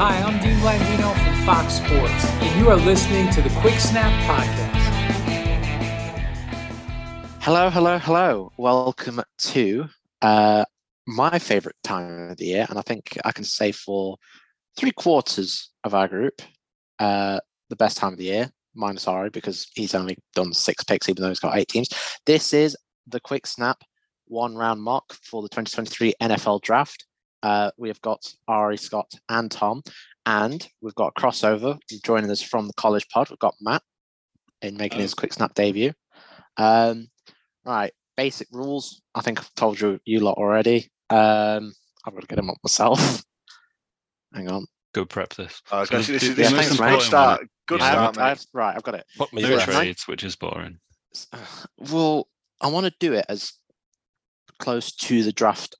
Hi, I'm Dean Blandino from Fox Sports, and you are listening to the Quick Snap Podcast. Hello, hello, hello. Welcome to uh, my favorite time of the year. And I think I can say for three quarters of our group, uh, the best time of the year, minus Ari, because he's only done six picks, even though he's got eight teams. This is the quick snap one round mock for the 2023 NFL draft. Uh, we have got Ari, Scott, and Tom. And we've got a crossover joining us from the college pod. We've got Matt in making his quick snap debut. Um, right, basic rules. I think I've told you you lot already. Um, I've got to get them up myself. Hang on. Go prep this. Uh, So this, do- this is do the the most most important important start. Good Yeah. I start, haven't- I mate. haven't- right, I've got it. Fuck me No for trades. trades, which is boring. S- Well, I want to do it as close to the draft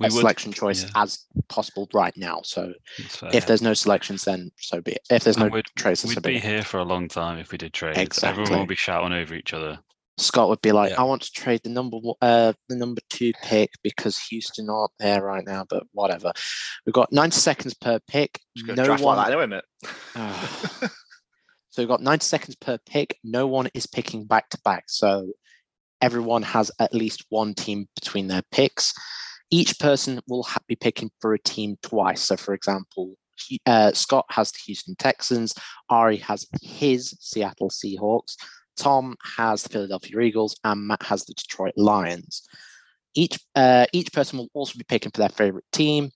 We uh, would- selection choice yeah, as possible right now. So that's fair. Uh, if there's no selections, then so be it. If there's And no we'd- trades, then so We'd be be it. here for a long time if we did trades. Everyone Exactly. will be shouting over each other. Scott would be like, Yeah. "I want to trade the number one, uh, the number two pick because Houston aren't there right now." But whatever. We've got 90 seconds per pick. Just gonna No draft one like that anyway, mate. Ah. so we've got 90 seconds per pick. No one is picking back to back. So everyone has at least one team between their picks. Each person will ha- be picking for a team twice. So, for example, Hu- uh, Scott has the Houston Texans, Ari has his Seattle Seahawks, Tom has the Philadelphia Eagles, and Matt has the Detroit Lions. Each uh, each person will also be picking for their favorite team.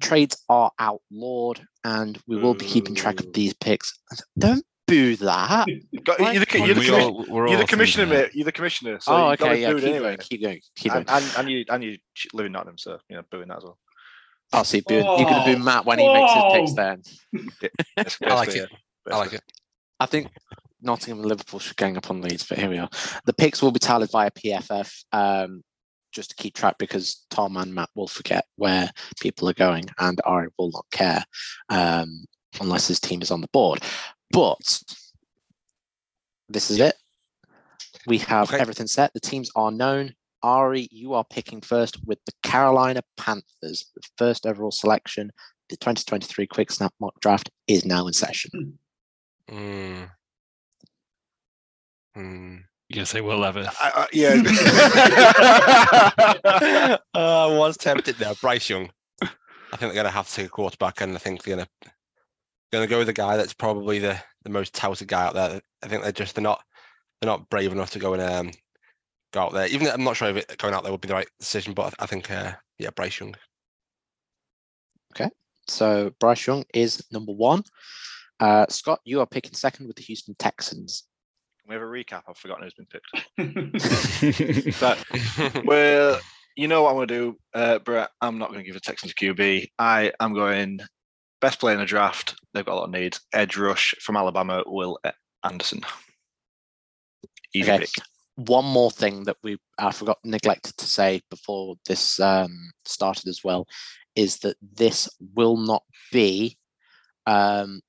Trades are outlawed, and we will be keeping track Boo. of these picks. Don't boo that. Go- Why- you're the, why you're the, do you We commis- commi- all- we're you're the all commissioner, thinking mate. You're the commissioner. So oh, you gotta okay. Yeah, do it keep, anyway. going, keep going. Keep going. And, and, and you and you ch- live in Nottingham, so you know, booing that as well. I'll see. Boo, you're going to boo Matt when he makes his picks. Whoa. Then That's I like basically that. I like it. I think Nottingham and Liverpool should gang up on Leeds, but here we are. The picks will be tallied via PFF, um, just to keep track because Tom and Matt will forget where people are going, and Ari will not care um, unless his team is on the board. But this is it. We have Okay. everything set. The teams are known. Ari, you are picking first with the Carolina Panthers. The first overall selection. The 2023 Quick Snap Mock Draft is now in session. Mm. Mm. You gonna say Will Levis? I, I, yeah. uh, I was tempted there. Bryce Young. I think they're going to have to take a quarterback, and I think they're going to going to go with the guy that's probably the the most touted guy out there. I think they're just they're not they're not brave enough to go and um go out there. Even though I'm not sure if it, going out there would be the right decision, but I, I think uh, yeah, Bryce Young. So Bryce Young is number one. Uh, Scott, you are picking second with the Houston Texans. we have a recap. I've forgotten who's been picked. that, That- Well, you know what I'm going to do, uh, Brett. I'm not going to give a Texans QB. I am going best player in the draft. They've got a lot of needs. Edge rush from Alabama, Will E- Anderson. Easy Okay. pick. one more thing that we I forgot neglected to say before this um, started as well is that this will not be um,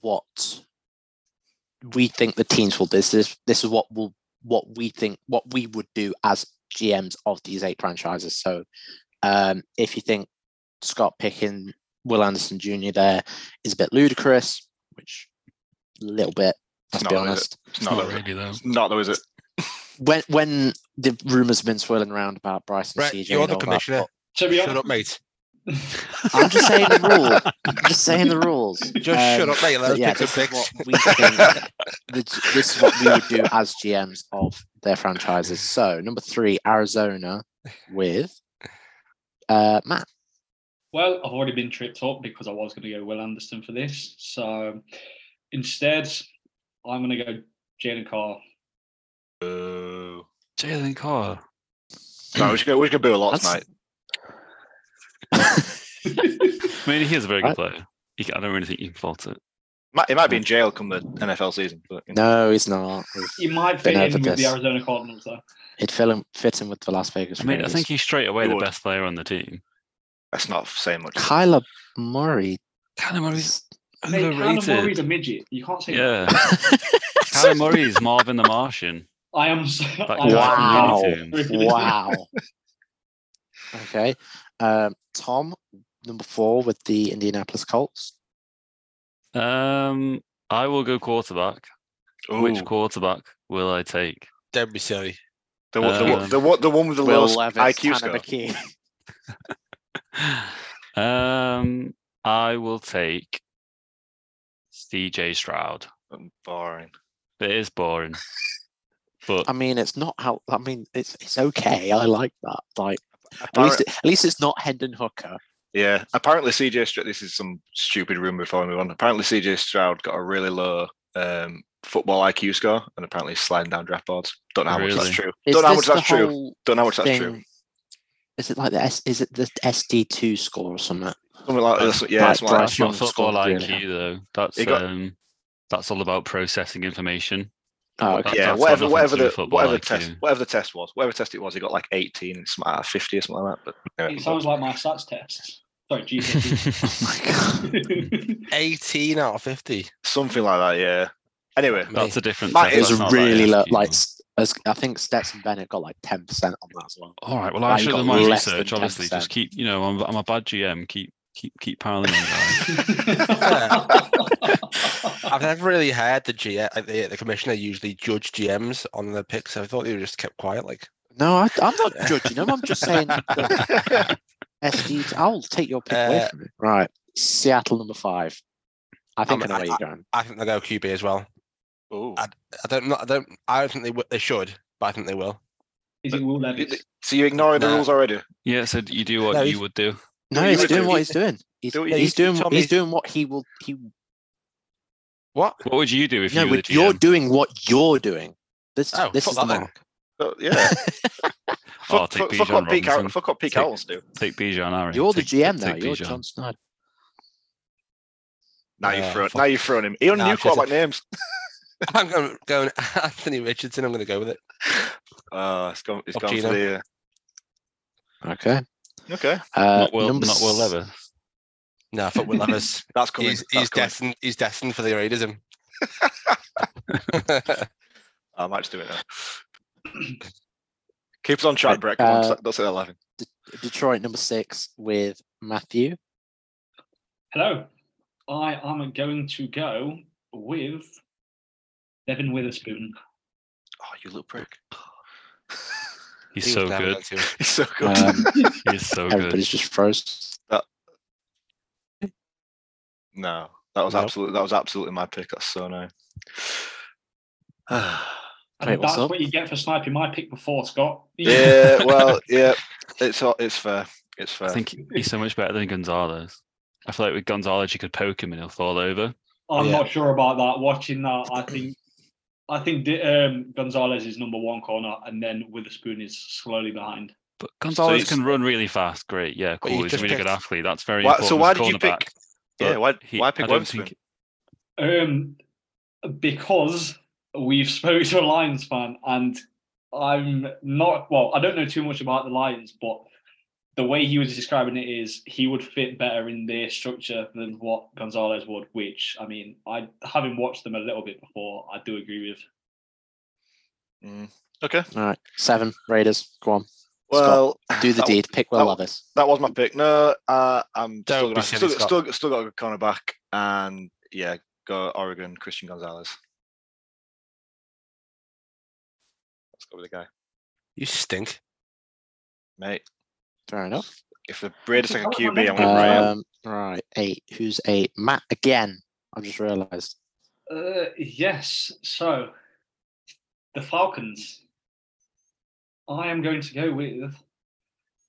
what we think the teams will do. This is this is what will what we think what we would do as GMs of these eight franchises. So um, if you think Scott picking Will Anderson Jr. there is a bit ludicrous, which a little bit, let's No, be is it? honest It's Not not though. is it? really though. It's Not though, is it? when when the rumors have been swirling around about Bryce and Brett, CJ, you're and the all that, commissioner. To be Shut honest, up, mate. but I'm just saying the rules. I'm just saying the rules. Just shut Um, up, mate. Let but us yeah, pick this some is picks. what we think. the g- this is what we would do as GMs of their franchises. So number three, Arizona with uh, Matt. well, I've already been tripped up because I was going to go Will Anderson for this. So instead, I'm going to go Jalen Carr. Uh, Jalen Carr. no, we should go. We should go boo a lot That's- tonight. I mean, he is a very good Right. player. He can- I don't really think you can fault it. Might, he might be in jail come the NFL season. But you know. No, he's not. You might Been fit in over with the this. Arizona Cardinals, though. It fell in, fit in with the Las Vegas. I mean, I Raiders. think he's straight away He the would. best player on the team. that's not saying much. Kyler Murray. Kyler Murray's Mate, Kyler Murray's underrated. a midget. You can't say Yeah. Kyler Murray's Marvin the Martian. I am. So, That I guy am Wow. from Looney Tunes. Wow. okay. Um, Tom, number four with the Indianapolis Colts. Um, I will go quarterback. Which Ooh. quarterback will I take? Don't be silly. The, one- the, one- Um, the, one- the one with the lowest IQ score. McKee. Um, I will take CJ Stroud. Um, Boring. It is boring, but I mean, it's not how. I mean, it's it's okay. I like that. Like at Appar- least it, at least it's not Hendon Hooker. yeah. Apparently, CJ Stroud. This is some stupid rumor before we move on. Apparently, CJ Stroud got a really low um, football IQ score, and apparently is sliding down draft boards. Don't know how much Really? that's true. Is Don't know how this much that's the true. whole Don't know how much that's thing- true. Is it like the S? Is it the SD two score or something? Something like Like- this. Yeah, like something like Bryce that's that. not Young's football scored IQ really high. though. That's He got- um, that's all about processing information. Oh, That- okay. yeah, that's got whatever, nothing whatever to do the with football whatever IQ. test, whatever the test was, whatever test it was, he got like eighteen and something out of fifty or something like that. But anyway, It sounds like my stats test. Sorry, GCSE. Oh my god. 18 out of 50. something like that. Yeah. Anyway, That's a different. That test, It was that's not really low. IQ. Like s- as, I think Stetson Bennett got like ten percent on that as well. all right. Well, I Mine should have got done my less than research. Obviously, 10%. just keep. You know, I'm, I'm a bad GM. Keep keep keep piling on. guys. I've never really heard the G like the, the commissioner usually judge GMs on their picks. I thought they were just kept quiet. Like No, I, I'm not judging them. I'm just saying that SD. I'll take your pick away Uh, from it. Right, Seattle number five. I think I I'm- know where I- you're going. I think they'll go QB as well. Ooh. I don't know. I don't. I don't think they w- they should, but I think they will. Is it Will Levis? so you're ignoring the No. rules already? yeah. So you do what No, you he's- would do. No, you he's would doing do- what he's doing. He's, do what you- he's doing. Tom, He's he's- doing what he will. He What? What would you do if no, you were the but you're GM? doing what you're doing. This Oh, this fuck is the that then. mark. So, yeah. Oh, fuck, take fuck, fuck Bijan what Pete Carroll, Robinson. fuck what Pete Take- Carroll's do. Take Bijan Aaron. You're the Take- GM now. take You're Bijan. John Snyder. Now you've Yeah, thrown. fuck. Now you've thrown him. He only Nah, knew it's just a- quarterback names. I'm going, going Anthony Richardson. I'm going to go with it. Uh, it's gone. It's Fuck gone for Gino. the. Okay. Uh, okay, Uh, not Will. number Not Will s- Levis. No, I thought Will Levis. that's coming. he's that's he's coming. destined. He's destined for the Raidism. I might just do it now. Keep us on track, Right, Brett. Come on, uh, that's at eleven. Detroit number six with Matthew. Hello. I am going to go with Devin Witherspoon. Oh, you little prick. He's He so was never good. meant to. He's so good. Um, He's so good. everybody's just froze. No, that was Nope. absolutely that was absolutely my pick. That's so no. And Wait, what's that's up? what you get for sniping my pick before, Scott. yeah, well, yeah, it's all- it's fair. It's fair. I think he's so much better than Gonzalez. I feel like with Gonzalez, you could poke him and he'll fall over. I'm Yeah. not sure about that. Watching that, I think I think the, um, Gonzalez is number one corner, and then Witherspoon is slowly behind. But Gonzalez he's- can run really fast. Great. Yeah, you cool. He's a just really good picked- athlete. That's very Why- important. so why did you cornerback, pick? Yeah, but why he- why I pick don't Webster? think- Um, because we've spoke to a Lions fan, and I'm not well. I don't know too much about the Lions, but the way he was describing it is he would fit better in their structure than what Gonzalez would. Which I mean, I having watched them a little bit before, I do agree with. Mm. Okay. All right. Seven Raiders. Go on. Well, Scott, do the that- deed. Pick Will that- Levis. That was my pick. No, uh, I'm still, Don't gonna, be silly, still, Scott. still, still got a good cornerback, and yeah, go Oregon Christian Gonzalez. Let's go with the guy, You stink. mate. Fair enough. If the Raiders take a Oh, QB, I'm gonna Uh, rail. Um, right. Eight. Who's eight? Matt again. I've just realised. Uh, yes. So the Falcons. I am going to go with.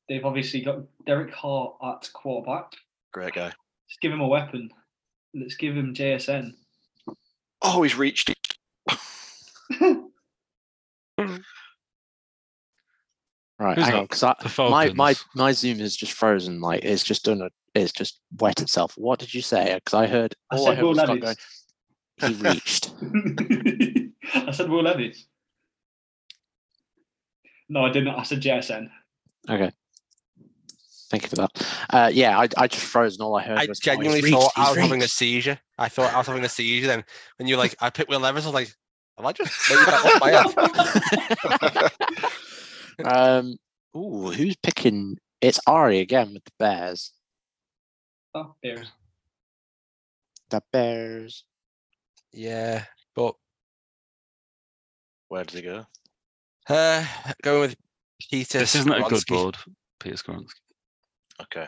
They've obviously got Derek Hart at quarterback. Great guy. Let's give him a weapon. Let's give him JSN. Oh, he's reached it. Right. Who's hang on, that? because The my my Falcons. my Zoom is just frozen. Like it's just done. A, it's just wet itself. What did you say? Because I heard. I all I said heard Will was Scott Levis. going, He reached. I said Will Levis. No, I didn't. I said JSN. okay. Thank you for that. Uh, yeah, I, I just froze and all I heard I was. "Oh, he's genuinely reached, thought he's I was having a reached." seizure. I thought I was having a seizure. Then when you were like, I picked Will Levis, I was like, have I just made that up by half? Um. Ooh, who's picking? It's Ari again with the Bears. Oh, Bears. The Bears. Yeah, but Where does he go? uh, going with Peter. This isn't a good Skoronski. board, Peter Skoronski. Okay.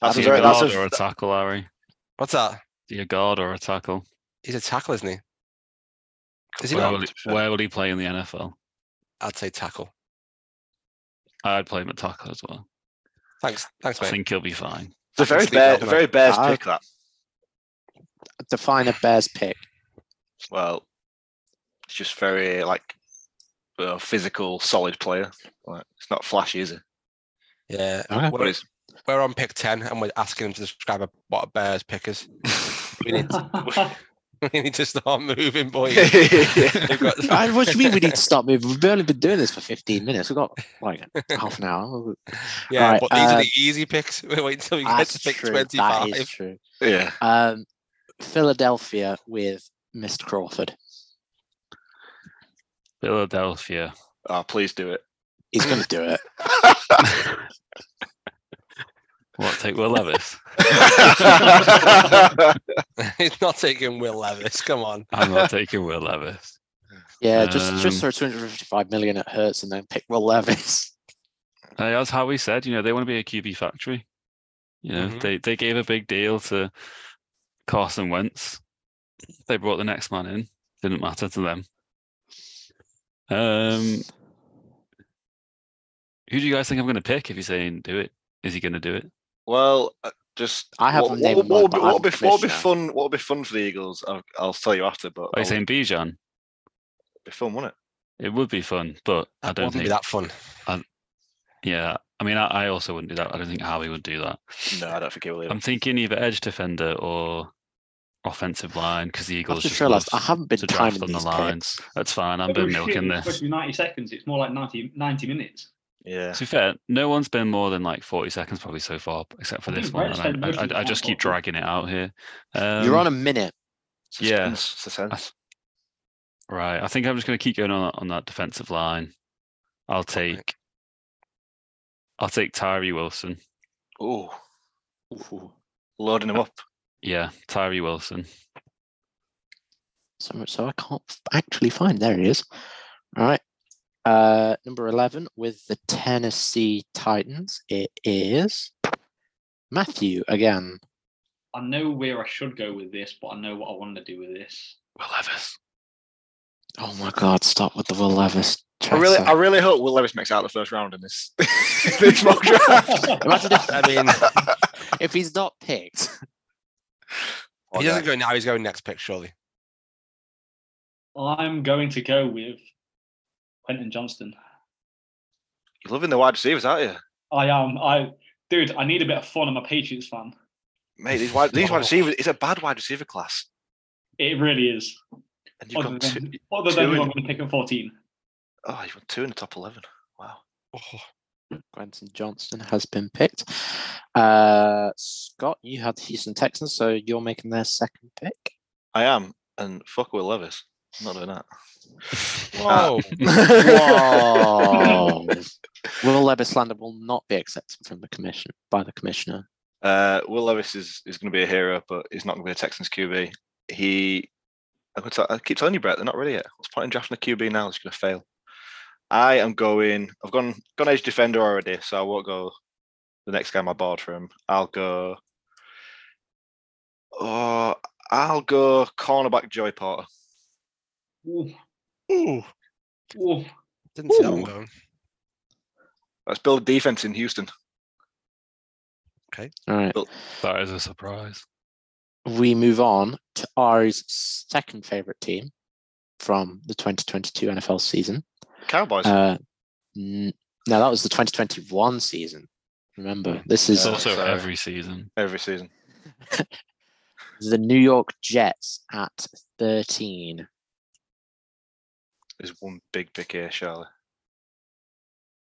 That's That's a either a very, that's guard or a, a tackle, Harry. What's that? Be a guard or a tackle. He's a tackle, isn't he? Is he Where not? will he, where will he play in the NFL? I'd say tackle. I'd play him at tackle as well. Thanks, thanks, I mate. think he'll be fine. the I can very sleep bear, at the night. very Bears Ah. pick that. Define a Bears pick. Well, it's just very like uh, physical, solid player. Like, it's not flashy, is it? Yeah, Okay. But it's we're on pick ten, and we're asking him to describe a, what a Bears pick is. We need, we need to start moving, boys. We've got- I, what do you mean we need to stop moving? We've only been doing this for 15 minutes. We've got like half an hour. Yeah, Right, but these uh, are the easy picks. We wait until we get to That's pick true. That twenty-five. is true. yeah. Um, Philadelphia with Mr. Crawford. Philadelphia. Oh, please do it. He's going to do it. What take Will Levis? He's not taking Will Levis. Come on. I'm not taking Will Levis. Yeah, just just Um, throw 255 million at Hertz and then pick Will Levis. Uh, that's how we said, you know, they want to be a QB factory. You know, Mm-hmm. Mhm. they, they gave a big deal to Carson Wentz. They brought the next man in. Didn't matter to them. Um, who do you guys think I'm going to pick if you're saying do it? Is he going to do it? well, uh, just I haven't what, named what, one, what, would be- but what, I'm would be, what would be commissioner. fun? What would be fun for the Eagles? I'll, I'll tell Oh, you after. But Oh. Are you it'll saying Bijan? be fun, won't it? It would be fun, but I That don't wouldn't think. be that fun. Yeah, I mean, I, I also wouldn't do that. I don't think Howie would do that. No, I don't think it Um, will. Either. I'm thinking either edge defender or offensive line because the I've Eagles. just realised I love haven't been to draft timing on the these lines. picks. That's fine. I've I've been milking this. Especially 90 seconds. It's more like 90, 90 minutes. Yeah. To be fair, no one's been more than like 40 seconds probably so far, except for I this think one. Brett And I, said most of I, the I, I just time, keep but- dragging it out here. Um, You're on a minute. Yeah. Suspense, suspense. th- right. I think I'm just going to keep going on that- on that defensive line. I'll take. I'll take Tyree Wilson. Ooh, loading him up. Yeah, Tyree Wilson. So much so I can't f- actually find. There he is. All right. Uh, number 11 with the Tennessee Titans. It is Matthew again. I know where I should go with this, but I know what I want to do with this. Will Levis. Oh my God, stop with the Will Levis. I really, chaser. I really hope Will Levis makes out the first round in this this mock draft. Imagine if, I mean, if he's not picked. he doesn't go now. He's going next pick, surely. I'm going to go with Quentin Johnston. You're loving the wide receivers, aren't you? I am. I, dude, I need a bit of fun. I'm a Patriots fan. Mate, these wide, these Oh. wide receivers, it's a bad wide receiver class. It really is. And you've Other got two, than, other than two who in- I'm going to pick at 14. oh, you've got two in the top eleven. Wow. Granton Johnston has been picked. Uh, Scott, you had Houston Texans, so you're making their second pick. I am, and fuck Will Levis. I'm not doing that. Whoa. Ah. Whoa. Will Levis slander will not be accepted from the commission by the commissioner. Uh, Will Levis is, is going to be a hero, but he's not going to be a Texans QB. He, I'm gonna tell- I keep telling you, Brett, they're not ready yet. What's the point in drafting a QB now? It's going to fail. I am going. I've gone gone edge defender already, so I won't go the next guy on my board for him. I'll go. Oh, I'll go cornerback Joy Porter. Ooh, Ooh, ooh. didn't see that one Ooh. going. Let's build a defense in Houston. All right. That is a surprise. we move on to Ari's second favorite team from the 2022 NFL season. Cowboys. Uh, n- now that was the 2021 season. Remember, this It's is Yeah. also so- every season. every season. the New York Jets at 13. There's one big pick here, Charlie.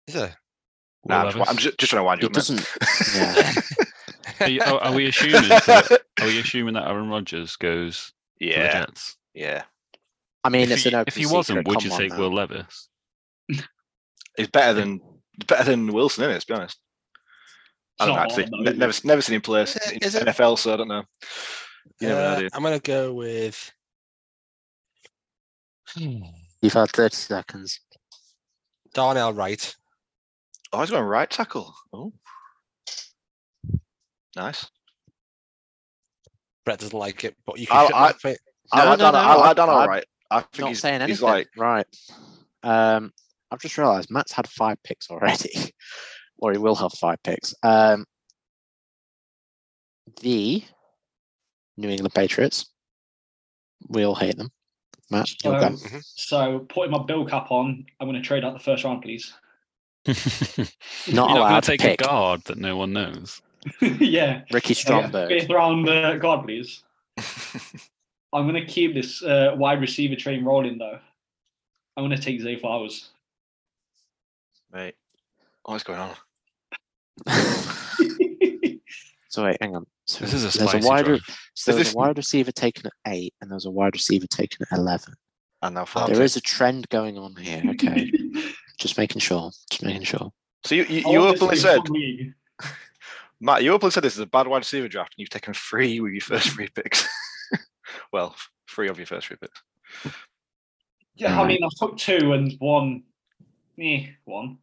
Is there? Will Nah, I'm, just, I'm Levis. just, just trying to wind you It up. mate. doesn't. yeah. oh, Are, you- are- are we assuming that, are we assuming that Aaron Rodgers goes to the Yeah, Jets? yeah. I mean, if it's he, an open if he secret, wasn't, would come you on take now. Will Levis? He's better than better than Wilson, isn't it? To be honest, I don't know. It's not Actually, hard, though, Ne- never never seen him play s- Is it- in is it- NFL, so I don't know. You never know, Uh, dude. I'm gonna go with. You've had 30 seconds. Darnell Wright. Oh, he's going right tackle. Oh, nice. Brett doesn't like it, but you I'll- can shut I- that fa- No, No, I no, don't. no, I, I I'm- don't know. I'm Right. I think Not he's, saying anything. he's like Right. Um, I've just realised Matt's had five picks already, or he will have five picks. Um, the New England Patriots. We all hate them. Matt, you'll Um, go. So, so putting my bill cap on, I'm going to trade out the first round, please. Not You're not going allowed to take pick. a guard that no one knows. yeah. Ricky Stromberg. Fifth round uh, guard, please. I'm going to keep this uh, wide receiver train rolling, though. I'm going to take Zay Flowers. mate. Oh, What's going on? so wait, hang on. So This is a there's spicy a wide, re- drive. so there's this- a wide receiver taken at eight, and there's a wide receiver taken at eleven. And now I'll There take- is a trend going on here. Okay, just making sure. Just making sure. So you you, I you want this openly in said one league. Matt, you openly said this is a bad wide receiver draft, and you've taken three with your first three picks. well, f- three of your first three picks. Yeah, I Alright. mean, I took two and one. Eh, one.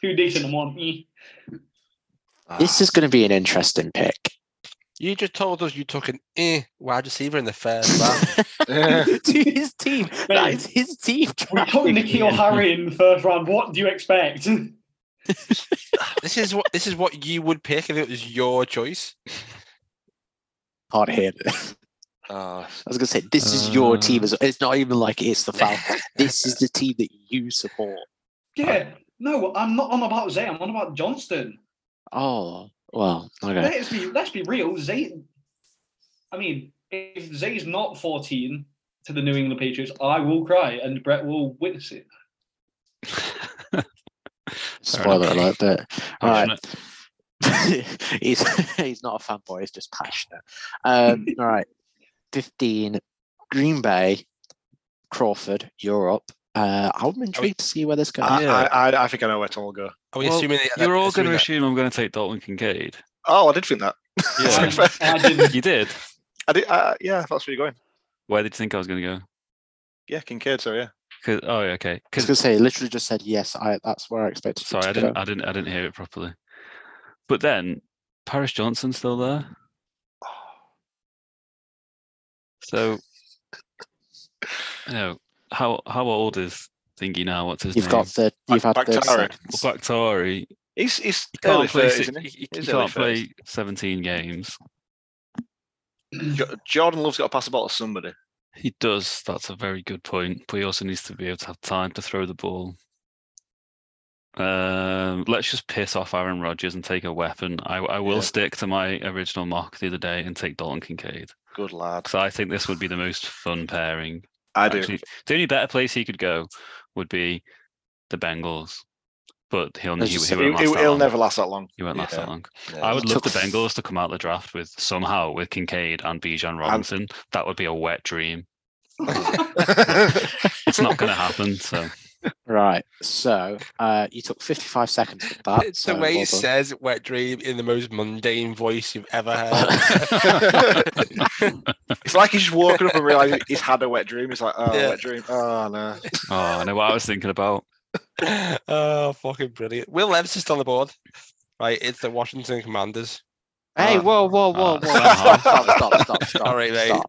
Two decent and one. Eh. This is going to be an interesting pick. You just told us you took an eh wide receiver in the Uh, first round. Yeah. to his team. That Mate. is his team. We took drafting Nikhil him. Harry in the first round. What do you expect? this is what this is what you would pick if it was your choice. Can't hear it. Ah, s- I was going to say, this is your Uh. team. as- It's not even like it's the Falcons. this is the team that you support. yeah, no, I'm not on about Zay. I'm on about Johnston. Oh, well, okay. Let's be let's be real. Zay. I mean, if Zay's not 14 to the New England Patriots, I will cry and Brett will witness it. Fair enough. Spoiler alert, but all right. Fortunate. he's he's not a fanboy. He's just passionate. Um, all right, fifteen. Green Bay, Crawford, Europe. Uh, I'm intrigued to see where this goes. I, Yeah. I, I, I think I know where Tom will go. Are we Well, assuming that, You're all assuming going to that- assume I'm going to take Dalton Kincaid. Oh, I did think that. Yeah. I, I didn't. you did. I did. Uh, yeah, that's where you're going. Where did you think I was going to go? Yeah, Kincaid. So yeah, 'Cause- oh, yeah, okay. I was 'Cause- going to say, literally just said yes. I that's where I expected. it sorry, to I go. didn't, I didn't, I didn't hear it properly. But then, Paris Johnson's still there. So, you know, how how old is Thingy now? What's his You've name? got the you've had Back- thirty back to Aaron. seconds. Well, Bakhtari, he's he's He early can't play. thirties, si- isn't he- he? he He's can't early 30s. play 17 games. Jo- Jordan Love's got to pass the ball to somebody. He does. That's a very good point. But he also needs to be able to have time to throw the ball. Um, let's just piss off Aaron Rodgers and take a weapon. I, I will Yeah. stick to my original mock the other day and take Dalton Kincaid. Good lad. So I think this would be the most fun pairing. I do. the only better place he could go would be the Bengals, but he'll, he, As you he said, won't last he'll- that he'll long. never last that long. He won't last that Yeah. long. Yeah. I would love Took the f- Bengals to come out the draft with somehow with Kincaid and Bijan Robinson. that would be a wet dream. it's not going to happen. So Right. So uh, you took 55 seconds with that. It's so the way well he done. says "wet dream" in the most mundane voice you've ever heard. It's like he's just walking up and realizing he's had a wet dream. He's like, oh, Yeah. wet dream. Oh, no. oh, I know what I was thinking about. oh, fucking brilliant! Will Levis is on the board. Right, it's the Washington Commanders. Hey, whoa, whoa, whoa, uh, whoa. somehow. Stop, stop, stop, stop. All right, mate. Stop,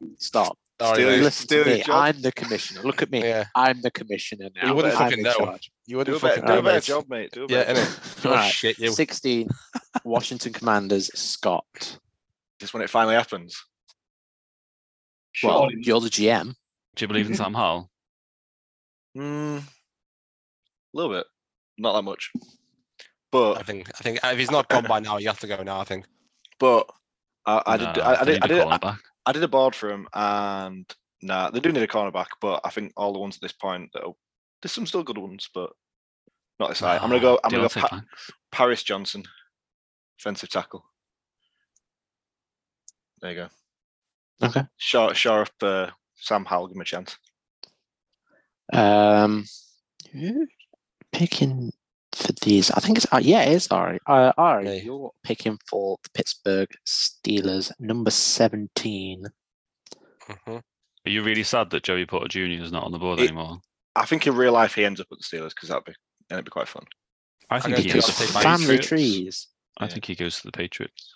stop. All right, Steelers- mate. Listen to Steelers me. job. I'm the commissioner. Look at me. Yeah. I'm the commissioner now. You wouldn't I'm fucking in know. charge. You Do a wouldn't better, fucking do a know, better mate. job, mate. Do a Yeah, better job. innit? Oh Right. shit, you. 16, Washington Commanders, Scott. Just when it finally happens. Well, Surely. you're the GM. Do you believe in Mhm. Sam Howell? Mm, a little bit. Not that much. I But, think. I think if he's not gone by now, you have to go now. I think. but I, I, did, No, I, I they did, I need to did, call him back. I did a board for him, and nah, they do need a cornerback, but I think all the ones at this point, that are- there's some still good ones, but not this high. I'm gonna Ah, go. I'm gonna Deontay go. Pa- Banks. Paris Johnson, offensive tackle. There you go. Okay. Short, short up. Uh, Sam Howell, give him a chance. Um, who picking for these? I think it's uh, yeah, it's Ari. Uh, Ari, Me. you're picking for the Pittsburgh Steelers, number seventeen. Mhm. Are you really sad that Joey Porter Jr. is not on the board It- anymore? I think in real life he ends up at the Steelers because that'd be and it'd be quite fun. I think gotta think he he goes Because to goes to the the family Patriots. Patriots. trees. I Yeah. think he goes to the Patriots.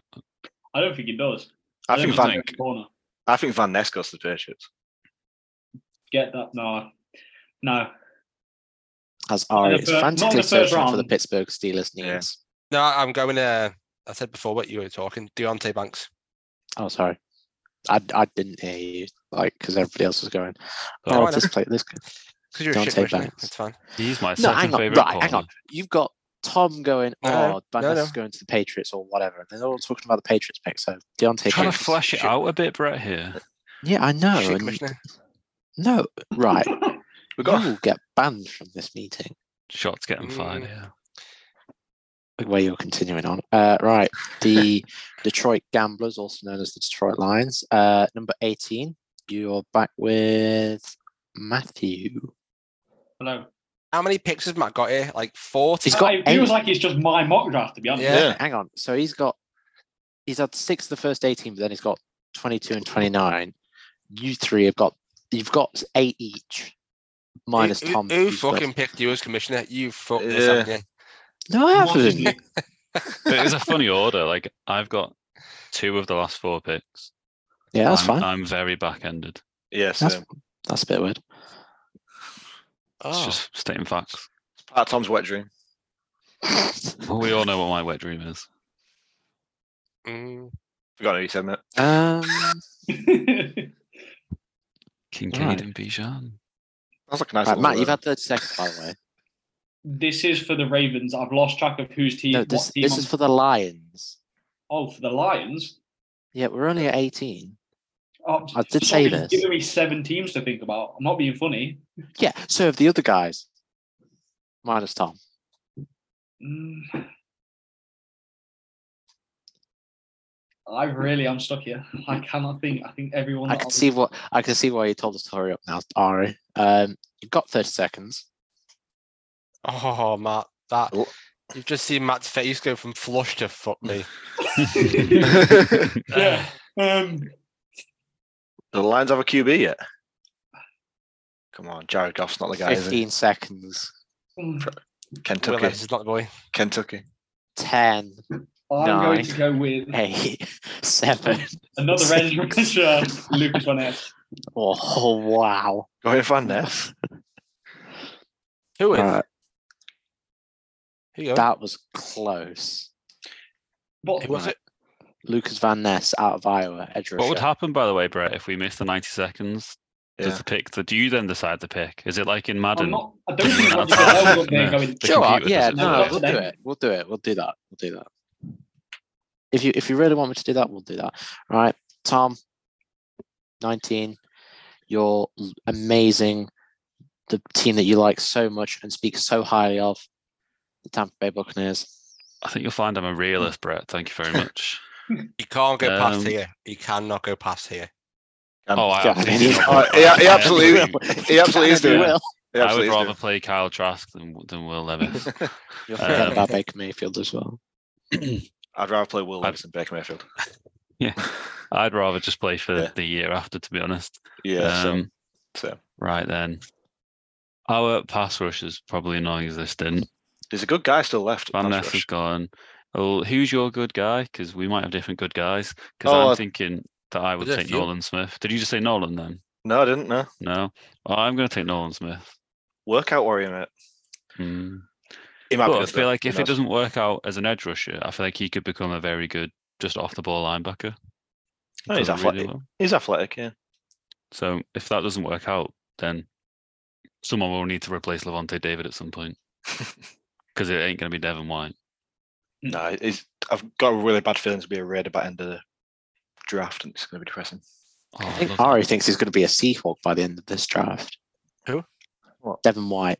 I don't think he does. I don't think don't Van. think- corner. I think Van Ness goes to the Patriots. Get that? No, no. As Ari the is fir- not in the frantically first searching for the round. Pittsburgh Steelers Yeah. needs. No, I'm going. Uh, I said before, but you were talking. Deontay Banks. Oh, sorry, I, I didn't hear you like because everybody else was going. Oh, Oh, I know. this play this. Because you're a shit Deontay commissioner, Banks. It's fine. He's my No, second hang on. favorite Right, hang on. corner. You've got Tom going, No, oh, Van no, Ness no. is going to the Patriots or whatever. They're all talking about the Patriots pick. So Deontay Trying to Banks, flesh it shit. out a bit, Brett. Here, Yeah, I know. shit and- commissioner. No, right. We got. you will get banned from this meeting shots getting fired. Mm. Yeah. where you're continuing on. Uh, right. The Detroit Gamblers, also known as the Detroit Lions, uh, number 18. You're back with Matthew. Hello. How many picks has Matt got here? Like 40? He's got it feels eight. like it's just my mock draft, to be honest. Yeah. Hang on. So he's got, he's had six of the first 18, but then he's got 22 and 29. You three have got, you've got eight each. Who- Minus who- Tom. Who who's got- fucking picked you as commissioner? You fucked this, Yeah. haven't No, I haven't. But it is a funny order. Like I've got two of the last four picks. Yeah, that's I'm, fine. I'm very back ended. Yes. That's- um, That's a bit weird. It's Oh. you? just stating facts. it's part of Tom's wet dream. Well, we all know what my wet dream is. Mm. Forgot who you said, mate. Um, Kincaid Right. and Bijan. That's like a nice. Right, little, Matt, you've uh, had 30 seconds, by the way. this is for the Ravens. I've lost track of whose team. No, what this, team this I'm- is for the Lions. Oh, for the Lions. Yeah, we're only at 18. Oh, I sorry, did say you've this. Given me seven teams to think about. I'm not being funny. Yeah, so have the other guys. Minus Tom. Mm. I really am stuck here. I cannot think. I think everyone. I that can I'll- see what I can see why you told us to hurry up now, Ari. Um, you've got 30 seconds. Oh, Matt, that. Oh. You've just seen Matt's face go from flush to fuck me. yeah. Um, Do the Lions have a QB yet? Come on, Jared Goff's not the guy. Is he? 15 seconds. Will Kentucky, Levis is not the boy. Kentucky. 10, I'm Nine. going to go with 8, 7. another Six. red rusher, Lucas Van Ness. Oh, wow. Go ahead, Van Ness. Who is? Right, Who you? that was close. What? Who was it? Lucas Van Ness out of Iowa, edge What would rusher. happen, by the way, Brett, if we missed the 90 seconds? does the pick? Do you then decide the pick? Is it like in I'm Madden? not, I don't think Roger Goodell will be there going. The Sure, computer yeah, does it. no, No, we'll do that's- it. We'll do it. We'll do that. We'll do that. If you if you really want me to do that, we'll do that. All right, Tom. Nineteen. You're l- amazing. The team that you like so much and speak so highly of, the Tampa Bay Buccaneers. I think you'll find I'm a realist, Brett. Thank you very much. You can't go Um, past here. You cannot go past here. Um, oh, I Yeah, absolutely. he- don't. he- he absolutely- I he absolutely is You doing it. will. He I absolutely would is rather play Kyle Trask than than Will Levis. doing it. You'll forget Um, about Baker Mayfield as well. I'd rather play Will Levis than Baker Mayfield. I'd rather just play for Yeah. the year after, to be honest. Yeah, so- Um, so. Right then, our pass rush is probably non-existent. There's a good guy still left. Van that's Ness for is sure. gone. Oh, who's your good guy? Because we might have different good guys. Because Oh, I'm I- thinking that I would There's a take few. Nolan Smith. Did you just say Nolan then? No, I didn't. No, No, Well, I'm going to take Nolan Smith. workout warrior, mate. Hmm. He might But be I good, feel though. like Who if it knows? doesn't work out as an edge rusher, I feel like he could become a very good just off the ball linebacker. He Oh, he's does really athletic. well. he's athletic. Yeah, So if that doesn't work out, then someone will need to replace Levante David at some point because it ain't going to be Devin White. no, he's. I've got a really bad feeling to be a Raider by end of the draft, and it's going to be depressing. Oh, I I love think that. Ari thinks he's going to be a Seahawk by the end of this draft. Who? What? Devin White.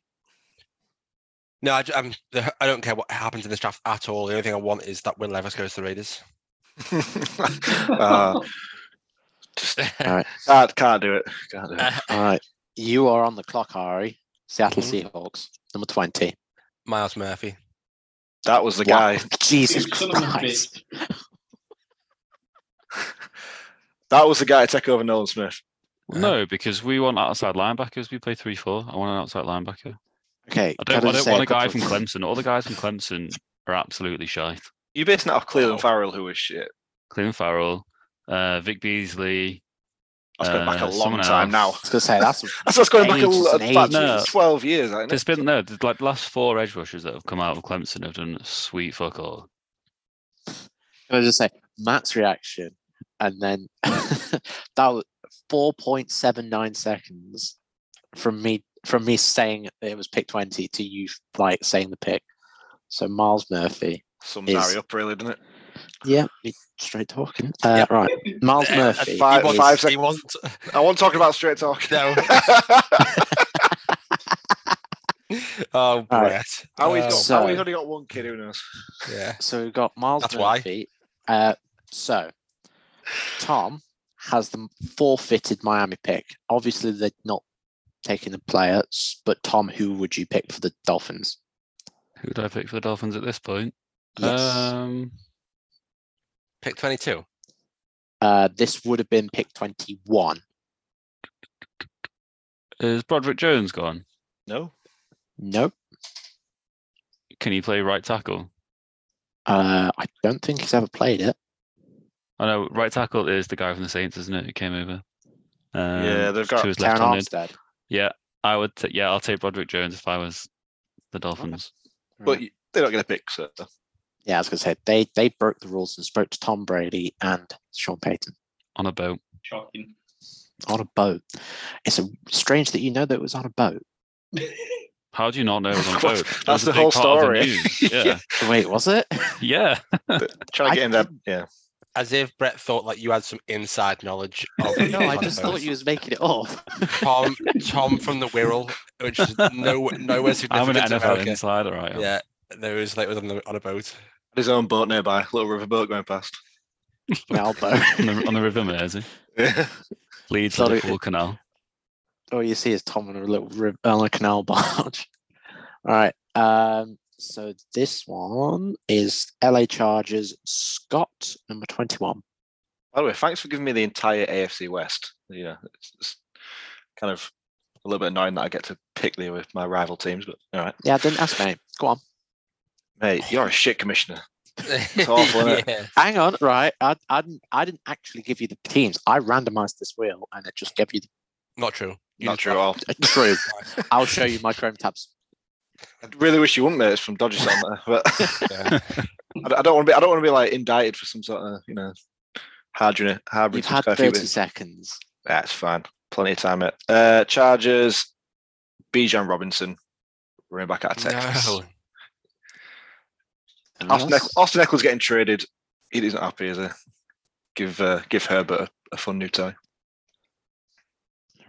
No, I, am I don't care what happens in this draft at all. The only thing I want is that Will Levis goes to the Raiders. uh, just All right. can't, can't do it. Can't do it. All right. Uh, You are on the clock, Ari. Seattle Mhm. Seahawks, number 20. Miles Murphy. That was the Wow. guy. Jesus Son of a Christ. bitch. That was the guy to take over Nolan Smith. Uh, No, because we want outside linebackers. We play three four. I want an outside linebacker. Okay. I can don't, I just don't say want a couple guy of- from Clemson. All the guys from Clemson are absolutely shite. You based that off Cleveland Farrell, who was shit. Clem Farrell, uh, Vic Beasley. That's going back a Uh, long someone time now. I was going to say, that's That's, that's going back a, ages lo- and about ages. 12 years, I know. There's been no, there's like the last four edge rushers that have come out of Clemson have done sweet fuck all. Can I just say Matt's reaction, and then that was four point seven nine seconds from me from me saying it was pick twenty to you like saying the pick. So Miles Murphy, Some is- Dari up, really, didn't it? yeah, we- straight talking. Uh, Right, Miles Uh, Murphy. five- is- five He wasn't. I wasn't talking about straight talk. No. oh, right. Brett. How he's, Oh, got, So- how he's only got one kid, who knows? yeah. So we've got Miles That's why. Murphy. Uh, so Tom has them forfeited Miami pick. Obviously, they're not taking the player, s- but Tom, who would you pick for the Dolphins? Who would I pick for the Dolphins at this point? Yes. Um, Pick 22. Uh, this would have been pick 21. is Broderick Jones gone? No. Nope. Can he play right tackle? Uh, I don't think he's ever played it. I know right tackle is the guy from the Saints, isn't it? Who came over? Um, Yeah, they've got to his Karen left-handed. Armstead. Yeah, I would. T- yeah, I'll take Broderick Jones if I was the Dolphins. But you- they're not going to pick, so. Yeah, I was going to say, they, they broke the rules and spoke to Tom Brady and Sean Payton on a boat. Shocking. on a boat. It's a, strange that you know that it was on a boat. How do you not know it was on a Of boat? course, It that's was a the whole big part of story. news. Yeah. Yeah, Wait, was it? yeah. Trying I to get in that. Yeah. As if Brett thought like you had some inside knowledge. Of no, I just thought you was making it up. Tom, Tom from the Wirral, which is no, nowhere I'm an significant to NFL America. insider, right? Yeah, there was like was on, the, on a boat. His own boat nearby, little river boat going past. Melbourne. on, the, on the River Mersey, Yeah. leads Sorry. Liverpool Canal. All you see is Tom on a little uh, rib- on a canal barge. All right. Um, so this one is LA Chargers Scott number twenty one. By the way, thanks for giving me the entire AFC West. You know, it's, it's kind of a little bit annoying that I get to pick there with my rival teams, but all right. Yeah, I didn't ask name. Go on. Mate, you're a shit commissioner. awful, innit? Yeah. Hang on. Right. I, I didn't. I didn't actually give you the teams. I randomized this wheel, and it just gave you Not true. You Not just true at all. the true. I'll show you my Chrome tabs. I really wish you wouldn't, mate. It's from Dodger Center, but Yeah. I don't- I don't want to be. I don't want to be like indicted for some sort of you know harboring harboring You've some had sky fever. thirty seconds. That's fine. plenty of time yet. Uh, Chargers, Bijan Robinson, running back out of No. Texas. Yes. Austin, Eck- Austin Eckler's getting traded. He isn't happy, is he? Give uh, give Herbert a, a fun new tie.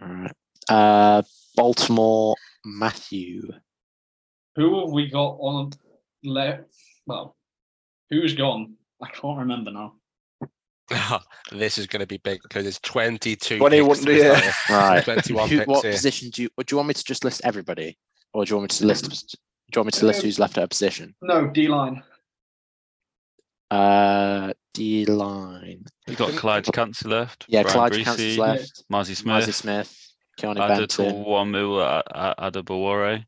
All right. Uh, Baltimore Matthew. Who have we got on left? Well, who's gone? I can't remember now. this is going to be big because it's 22. 21, picks in this yeah. level. Right. 21 Who- picks what here. position do you? Do you want me to just list everybody, or do you want me to list? Do you want me to list who's left at a position? No, D line. Uh, D line. You've got Clyde Cancel left. Yeah, Brian Clyde Greasy, Cancels left. Marzi Smith. Smith. Mazzy Smith. Keone Benton. Adetowamu A- A- Adebawore.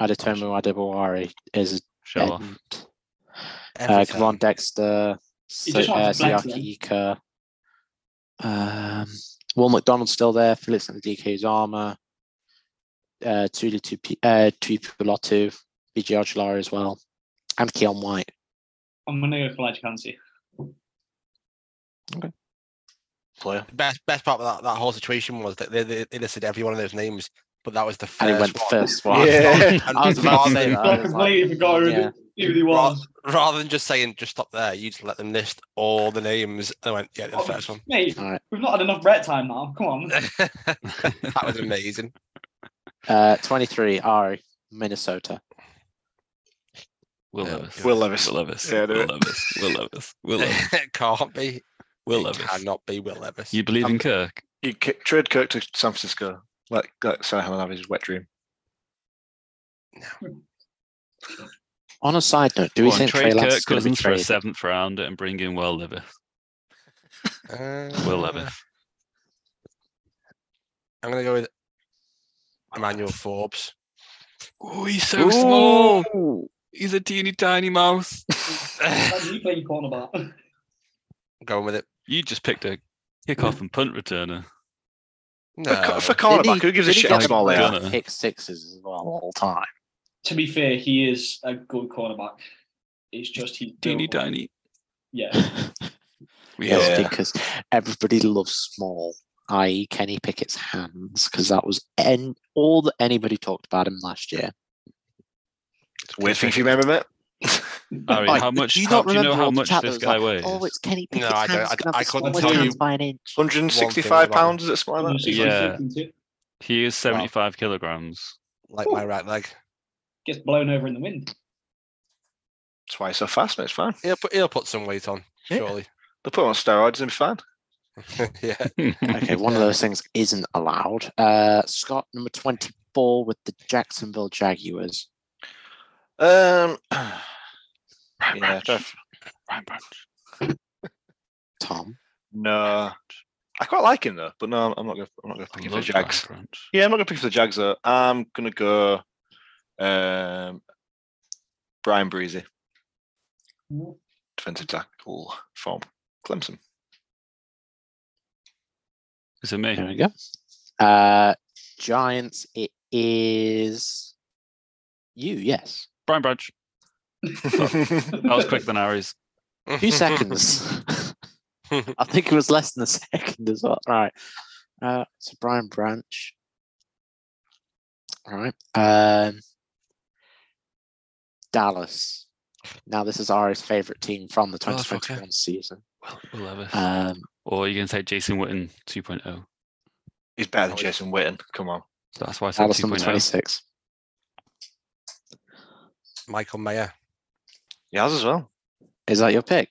Adetomu Adebawari is Show off. end. Uh, Every Kevon time. Dexter. You So, just uh, want to blank them. Siaki Ika. Um, Will McDonald's still there. Felix and the DK's armor. Uh, Tulu Tupi- uh, Tupulotu. BG Archulari as well. And Keon White. I'm gonna go for Elijah Kansi. Player. The best, best part of that, that whole situation was that they, they, they listed every one of those names, but that was the first And he went one. first one. Yeah. And I was about rather- to say that. I was completely forgot who, yeah. the, who he was. rather than just saying just stop there, you just let them list all the names. And I went, yeah, the Oh, first one. Mate, All right. we've not had enough Brett time now. Come on. that was amazing. Uh, 23, Ari, Minnesota. Will Yeah. Levis. Will Levis. Will Levis. Yeah, do Will it. Levis. Will Levis. Will Levis. it can't be. Will it Levis. cannot be Will Levis. You believe in Um, Kirk? You ki- trade Kirk to San Francisco. Let let Sanahan have his wet dream. On a side note, do Go we on, think Trey trade Lance Kirk is going to be Cousins for a traded? seventh round and bring in Will Levis. Will uh, Levis. I'm going to go with Emmanuel Forbes. Oh, he's Ooh. He's a teeny tiny mouse. Why are you playing cornerback? Going with it. You just picked a kickoff and punt returner. No. For, co- for Did cornerback, he- who gives a did he shit get how small they like are? Gunner. Pick sixes as well all the time. to be fair, he is a good cornerback. It's just he Teeny don't- tiny. Yeah. Yes, because everybody loves small, i.e., Kenny Pickett's hands, because that was en- all that anybody talked about him last year. Weird thing if you remember, mate. Ari, Like, how much? do you how, not do you know remember how all the much chat this that guy was like, weighs? Oh, it's Kenny No, Pickett's I don't- hands. I- It's gonna I have the couldn't smallest tell you- hands by an inch. 165 about him. pounds, is it something like 166, that? Yeah. isn't it? He is seventy-five kilograms. Like my right leg. Gets blown over in the wind. That's why he's so fast, mate. It's fine. He'll put, he'll put some weight on, Yeah. surely. They'll put him on steroids and be fine. yeah. Okay, one of those things isn't allowed. Uh, Scott, number 24 with the Jacksonville Jaguars. Um, yeah, don't- Tom. no. I quite like him though, but no, I'm not going. I'm not going to I pick him for love the Jags. Brian Branch. Yeah, I'm not going to pick for the Jags though. I'm going to go um, Brian Breezy, defensive tackle from Clemson. Is it me? There we go. Uh, Giants, it is you, yes. Brian Branch. That was quicker than Ari's. Two seconds. I think it was less than a second as well. Right. Uh, so Brian Branch. All right. Um, Dallas. Now, this is Ari's favorite team from the Dallas, okay. 2021 season. Will, Will Levis. Um, or you're going to say Jason Witten 2.0. He's better than Jason Witten. Come on. That's why I said Dallas number 2.0. 26. Michael Mayer. He has as well. Is that your pick?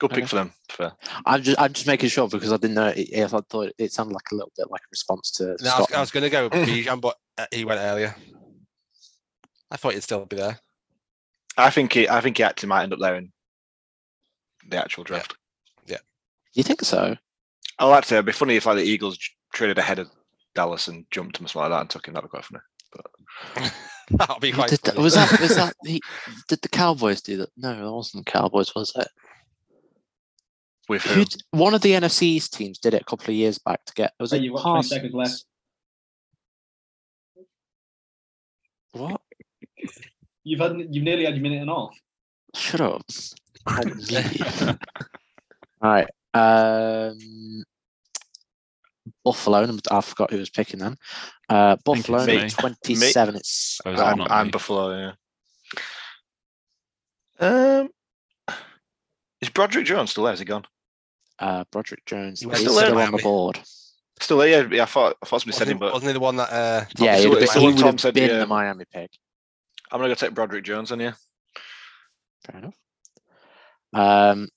Good pick Okay. for them. Fair. I'm just, I'm just making sure because I didn't know. It, if I thought it sounded like a little bit like a response to No, I was, Scotland. going to go with Bijan, but uh, he went earlier. I thought he'd still be there. I think he. I think he actually might end up there in the actual draft. You think so? I like to. say Oh, It'd be funny if like the Eagles tr- traded ahead of Dallas and jumped him or something like that and took him. That'd be quite funny. That'll be quite. Did, funny. was that was that the, did the Cowboys do that? No, that wasn't the Cowboys, was it? Um, With who? Who d- one of the NFC's teams did it a couple of years back to get. Was Hey, it you've got 20 Parsons? seconds left. What? You've had you've nearly had your minute and a half. Shut up. I mean- All right. Um, Buffalo, and I forgot who was picking them. Uh, it's Buffalo me. at 27. It's Oh, is that I'm, not I'm me? Buffalo, yeah. Um, is Broderick Jones still there? Is he gone? uh, Broderick Jones. He He's was still, still in on the Miami. board. Still there? Yeah, yeah I thought I thought somebody said Wasn't, him, but wasn't he the one that? Uh, yeah, it's he the- would have it's the been, he one would Tom have said, been yeah. the Miami pick. I'm gonna go take Broderick Jones on you. Fair enough. Um,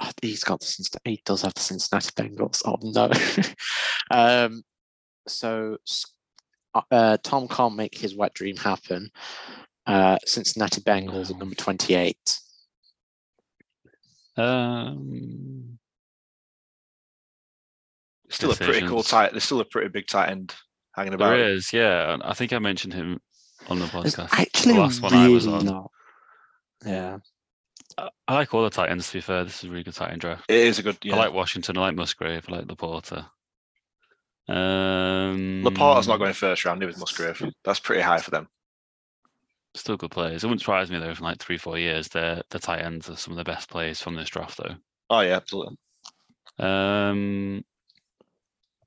oh, he's got the Cincinnati, he does have the Cincinnati Bengals. Oh no. um, so s- uh, uh, Tom can't make his wet dream happen. Uh, Cincinnati Bengals at number twenty-eight. oh. Um, It's still a pretty cool Decisions. tight. There's still a pretty big tight end hanging about. there is, yeah. and I think I mentioned him on the It's podcast. actually the last one I really was on. not. Yeah, I, I like all the tight ends. To be fair, this is a really good tight end draft. It is a good. Yeah. I like Washington. I like Musgrave. I like Laporta. Um, Laporta's not going first round. He was Musgrave. That's pretty high for them. Still good players. It wouldn't surprise me though. From like three, four years, the the tight ends are some of the best players from this draft though. Oh yeah, absolutely. Um,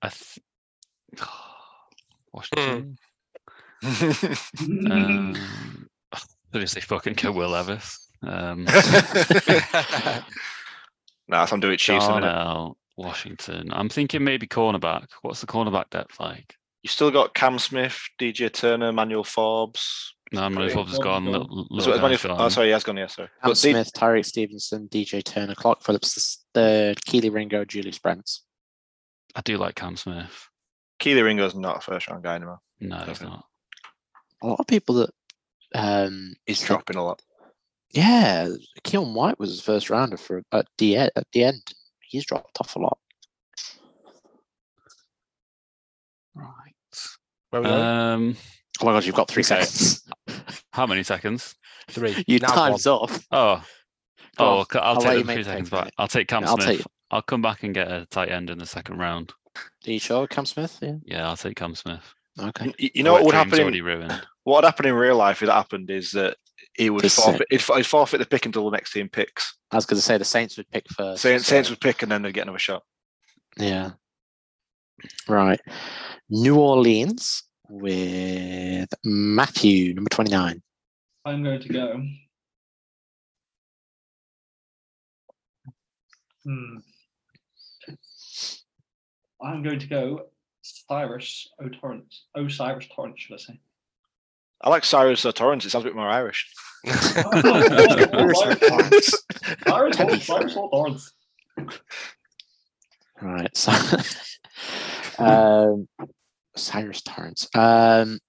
I th- Washington. Hmm. um, I just say fucking go Will Levis. Um, nah, if I'm doing Chiefs, in a minute. Darnell, Washington. I'm thinking maybe cornerback. What's the cornerback depth like? you still got Cam Smith, DJ Turner, Manuel Forbes. No, I'm really Great. Forbes has gone. Little, Is little it Manuel- guy's oh, gone. sorry, he has gone. Yeah, sorry. Cam But the- Smith, Tyreek Stevenson, DJ Turner, Clark Phillips the third, Keely Ringo, Julius Brents. I do like Cam Smith. Keely Ringo's not a first round guy anymore. No, he's Okay. not. A lot of people that um He's think- dropping a lot. Yeah, Keon White was his first rounder for at the e- at the end. He's dropped off a lot. Right. where Uh, we going? Um, Oh my god, you've got three Okay. seconds. how many seconds? Three. Your Now time's one. up. Oh, Go oh, on, I'll c- I'll, I'll let you take them make two the seconds pick, back. mate. I'll take Cam Yeah, I'll Smith. take- I'll come back and get a tight end in the second round. Are you sure, Cam Smith? Yeah. Yeah, I'll take Cam Smith. Okay. Y- You, The know wet what would dream's happen? Already In, ruined. what would happen in real life if that happened is that he would Just say- forfeit. He'd, he'd forfeit the pick until the next team picks. I was going to say the Saints would pick first. Saints, so- Saints would pick and then they'd get another shot. Yeah. Right. New Orleans with Matthew, number 29. I'm going to go. Hmm. I'm going to go Cyrus O'Torrance. Osiris Torrance, should I say? I like Cyrus or Torrance. It sounds a bit more Irish. Cyrus O'Torrance. Cyrus Hall- Cyrus O'Torrance. Right. So, um, Cyrus Torrance. Um,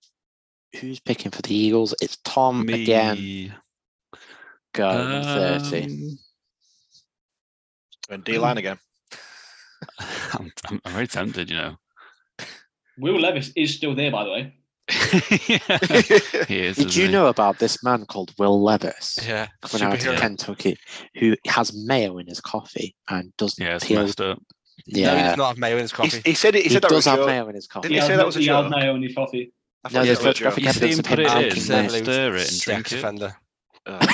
who's picking for the Eagles? It's Tom again. Me. Go. number 30. Um, And D Mm. line again. I'm, I'm, I'm very tempted, you know. Will Levis is still there, by the way. yeah. He is, Did isn't you he? know about this man called Will Levis Yeah. coming out of superhero. Kentucky who has mayo in his coffee and doesn't Yeah, it's peel? messed up. No, he Yeah, does not have mayo in his He, coffee. he said it. He, he, said that does was a have joke. mayo in his coffee. Didn't he say that was a he has joke? mayo in his coffee. I thought No, he there's said it was a photographic joke. You've evidence of seen put him it I'm in, drinking concerned then mayo. that he was sex offender. Uh, stir it and drink it.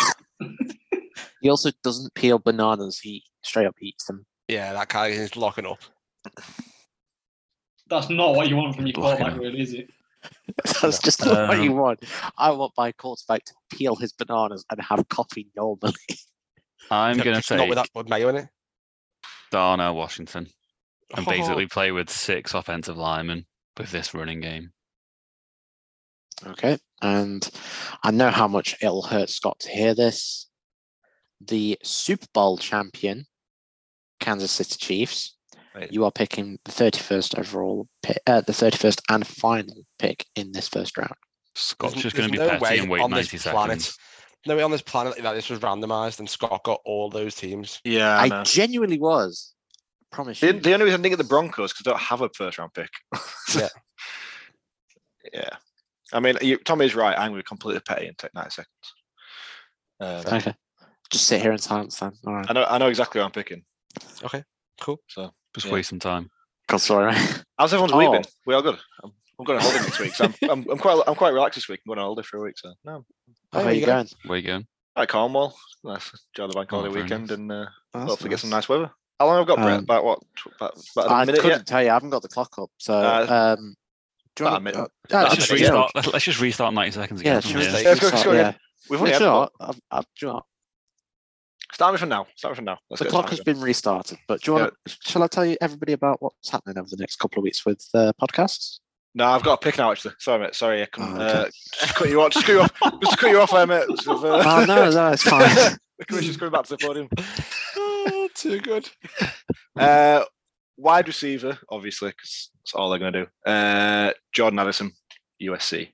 He also doesn't peel bananas. He straight up eats them. Yeah, that guy is locking up. That's not what you want from your Block him quarterback, out. really, is it? That's just not what you Um, want. I want my quarterback to peel his bananas and have coffee normally. I'm Except going it's to not take with that with mayo in it. Darnell Washington and Oh, basically play with six offensive linemen with this running game. Okay. And I know how much it'll hurt Scott to hear this. The Super Bowl champion, Kansas City Chiefs, Right. you are picking the 31st overall pick, uh, the 31st and final pick in this first round. Scott's There's- just going to be there's no way petty and wait on 90 this planet seconds. no way on this planet that this was randomized and Scott got all those teams. Yeah, I I, know. genuinely was. Promise The, you. the only reason I didn't get the Broncos because I don't have a first round pick. Yeah. yeah. I mean, you, Tommy's right. I'm going to completely petty and take 90 seconds. Um, Okay. Just sit here in silence then. All right. I know, I know exactly who I'm picking. Cool. So, Just yeah. waste some time. God, sorry. how's everyone's Oh. week been? We are good. I'm, I'm going on holiday next week. So I'm, I'm, I'm quite, I'm quite relaxed this week. I'm going on holiday for a week. So no, Oh, How there are you you go. going? Where you going? all right, Cornwall. Nice. Enjoy the bank Oh, holiday very weekend nice. and uh, Oh, that's hopefully get some nice. nice weather. How long have I got, Brett? Um, about what? tw- About, about a I minute couldn't yet? tell you. I haven't got the clock up. So, Uh, um, do you About want a minute. to? uh, Let's just restart. let's- Let's just restart 90 seconds again. Yeah, sure. Yeah. let's go- let's go again. We've only Yeah, had sure. about- I've- I've- do you know what? Start me from now. Start me from now. Let's the get clock has started. been restarted, but do you want? to Shall I tell you everybody about what's happening over the next couple of weeks with uh, podcasts? No, I've got a pick now. Actually, sorry, mate. Sorry, I couldn't. Oh, okay. uh, just cut you off. Just cut you off. Just to cut you off, there, mate. Just, uh, oh no, no, it's fine. the commission's coming back to the podium. Oh, too good. Uh, wide receiver, obviously, because that's all they're going to do. Uh, Jordan Addison, USC.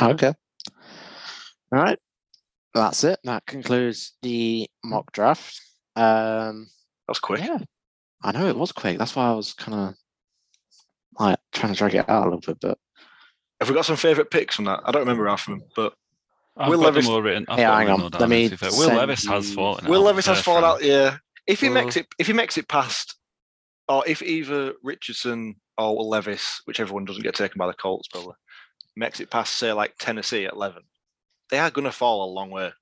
okay. All right. That's it. That concludes the mock draft. Um, That was quick. Yeah, I know it was quick. That's why I was kind of like trying to drag it out a little bit, but Have we got some favourite picks from that? I don't remember half of them, but I've Will got them Levis- all written. I've Yeah, got hang them on. all down, Let me to be fair. Will send Levis has you- fallen. Will out Levis has first fallen round. out. Yeah, if he makes Well- it, if he makes it past, or if either Richardson or Levis, whichever one doesn't get taken by the Colts, probably makes it past, say, like Tennessee at eleven, they are going to fall a long way.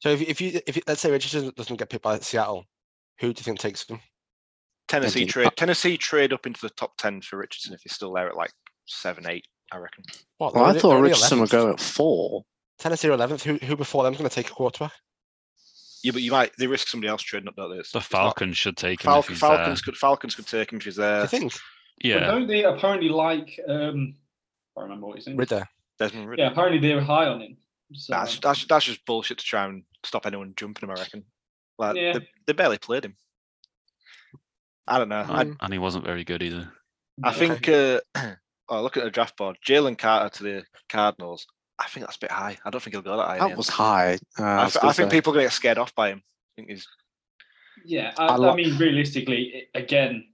So if, you- if you if you- let's say Richardson doesn't get picked by Seattle, who do you think takes him? Tennessee Thank you. trade Tennessee trade up into the top ten for Richardson if he's still there at like seven, eight, I reckon. What? well, they're I only- thought they're only Richardson would 11th. go at four. Tennessee are eleventh. Who who before them's going to take a quarterback? Yeah, but you might they risk somebody else trading up, don't they? It's- The it's not- Falcons should take him. if Falcon, he's Falcons could Falcons could take him if he's Do there. you think there. But Yeah. don't they apparently like? Um, I can't remember what his name. is. Ridder? Desmond Ridder. Yeah, apparently they're high on him. So, Nah, that's, that's that's just bullshit to try and stop anyone jumping him. I reckon. Like Yeah. they, they barely played him. I don't know. I, And- And he wasn't very good either. I think. Uh, oh, look at the draft board. Jalen Carter to the Cardinals. I think that's a bit high. I don't think he'll go that high. in the That end. was high. Uh, I, I, was th- gonna I think say. people are gonna get scared off by him. I think he's Yeah, I, I I, like- mean, realistically, i- again,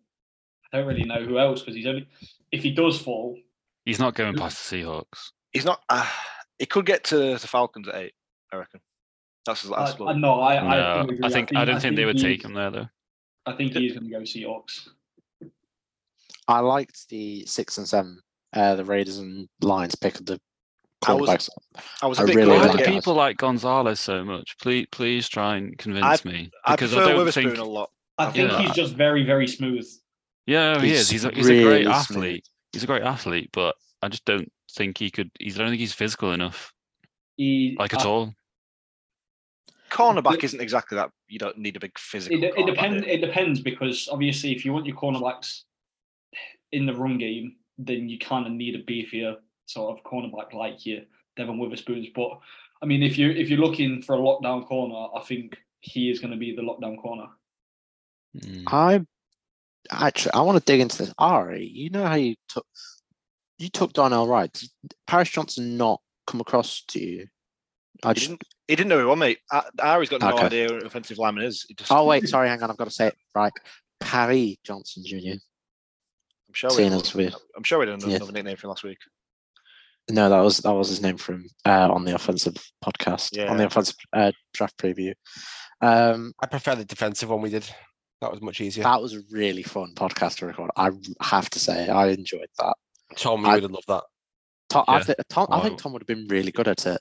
I don't really know who else because he's only if he does fall, He's not going past the Seahawks. he's not. Uh, he could get to the Falcons at eight. I reckon. That's his I, last I, one. no, I, No, I, I, do agree. think, I don't think, they would he's- take him there though. I think he's going to go Seahawks. I liked the six and seven, uh, the Raiders and Lions pick of the I was- quarterbacks. I was a I bit really gutted like to Why do get- that. people like Gonzalez so much? Please, please try and convince me I because I, prefer don't Witherspoon think. a lot. I think Yeah. he's just very, very smooth. Yeah, Oh, he is. He's a, he's a really great smooth. athlete. He's a great athlete, but I just don't think he could. He's, I don't think he's physical enough, He, like I- at all. Cornerback isn't exactly that. You don't need a big physical. It, de- it cornerback, depends. do you? It depends because obviously, if you want your cornerbacks in the run game, then you kind of need a beefier sort of cornerback like your Devon Witherspoon's. But I mean, if you if you're looking for a lockdown corner, I think he is going to be the lockdown corner. Mm. I actually, I want to dig into this. Ari, you know how you took you took Darnell Wright. Did Paris Johnson not come across to you? I He just. didn't. He didn't know who won, mate. A- Ari's got no Okay. idea who an offensive lineman is. He just, Oh wait, sorry, hang on. I've got to say it right. Paris Johnson Jr. I'm sure. seeing we us with- I'm sure we didn't yeah. another nickname from last week. No, that was that was his name from uh, on the offensive podcast on Yeah. the offensive uh, draft preview. Um, I prefer the defensive one we did. That was much easier. That was a really fun podcast to record. I have to say, I enjoyed that. Tom, I- you would have loved that. Tom, I, Yeah. thi- Tom I think Wow. Tom would have been really good at it.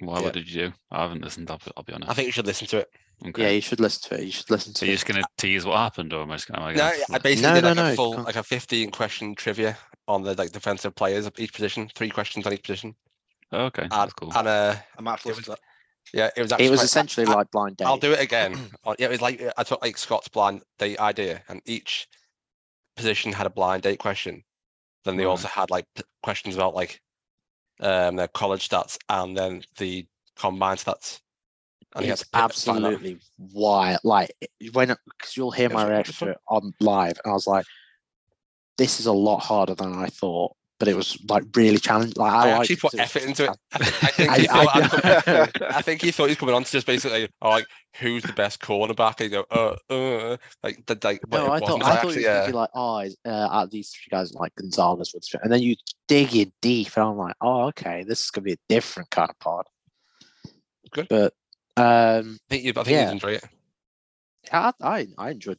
Why? Yeah. What did you do? I haven't listened. I'll, be- I'll be honest. I think you should listen to it. Okay. Yeah, you should listen to it. You should listen So to you're it. just gonna tease what happened, or am I just gonna? am I No, gonna I flip? basically No, did no, like no, a you full, can't. like a 15 question trivia on the like defensive players of each position, three questions on each position, Oh, okay, and, that's cool. and uh, I might have to It listen to that. yeah, it was. Actually It was quite- I- essentially I, like blind date. I'll do it again. Oh, yeah, it was like uh, I took like Scott's blind date idea, and each position had a blind date question. Then they Right. also had like p- questions about like um their college stats and then the combined stats. And you had It's to pick- find out. absolutely wild. Like it- when because you'll hear It was- my it was reaction to fun. it on live, and I was like, "This is a lot harder than I thought." But it was like really challenging. Like I, I, liked actually it put 'cause it effort was into it. challenging. I think- I think I- he thought I I'd know. come- I think he thought he's coming on to just basically, oh, like, who's the best cornerback? And you go, uh, uh, like, the, like, but No, it I thought wasn't I thought actually, you was gonna yeah. be like, oh, is- uh, out of these three guys, like Gonzalez would, and then you dig in deep, and I'm like, oh, okay, this is gonna be a different kind of pod. Good. But um, I think you, I think yeah. you'd enjoy it. I, I I enjoyed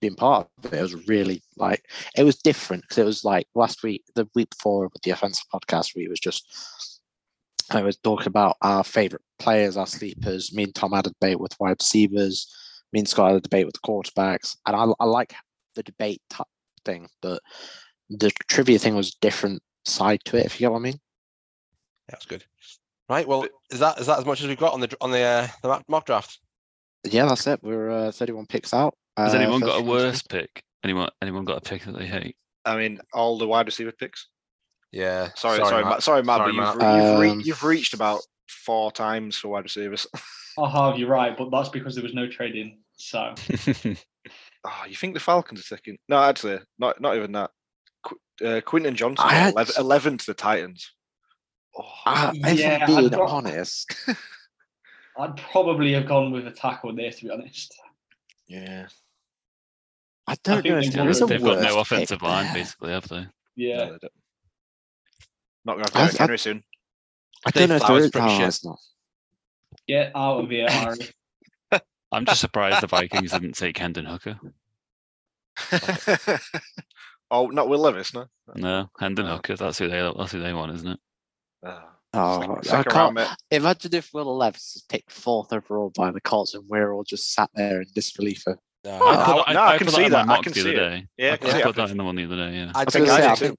being part of it. It was really like it was different because it was like last week, the week before with the offensive podcast, we was just I was talking about our favorite players, our sleepers. Me and Tom had a debate with wide receivers. me and Scott had a debate with the quarterbacks, and I, I like the debate type thing, but the trivia thing was different side to it. If you get what I mean. That's good. Right. Well, is that is that as much as we've got on the on the uh, the mock- mock draft? Yeah, that's it. We're uh, 31 picks out. Has Uh, anyone first got a round. worse pick? Anyone anyone got a pick that they hate? I mean, all the wide receiver picks. Yeah. Sorry, sorry, Matt. Sorry, Matt. but you've, Matt. re- you've, re- Um, you've reached about four times for wide receivers. Oh, Harv, you're right, but that's because there was no trading. So oh, you think the Falcons are second? No, actually, not not even that. Qu- Uh, Quinton Johnson, I had- 11, 11 to the Titans. Oh, I, Yeah, Uh, if I'm I've being got- honest, I'd probably have gone with a tackle there, to be honest. yeah. I don't think know they if Yeah, there is a they've got no worst pick offensive line, there. basically, have they? Yeah. No, they don't. Not going to I- have Derrick I- Henry soon. I Dave don't know if there Flowers is. pretty oh, shit. it's not. Get out of here, Harry. I'm just surprised the Vikings didn't take Hendon Hooker. oh, not Will Levis, no. No, Hendon No. Hooker. That's who they. That's who they want, isn't it? Ah, Oh, second- I second round, can't. mate. Imagine if Will Levis is picked fourth overall by the Colts, and we're all just sat there in disbelief. Of, No, Oh, I- no, I can put that see in my that, I mock can the see other it. day. Yeah, I I can see put it. that in the one the other day. Yeah. I was think gonna I say, I think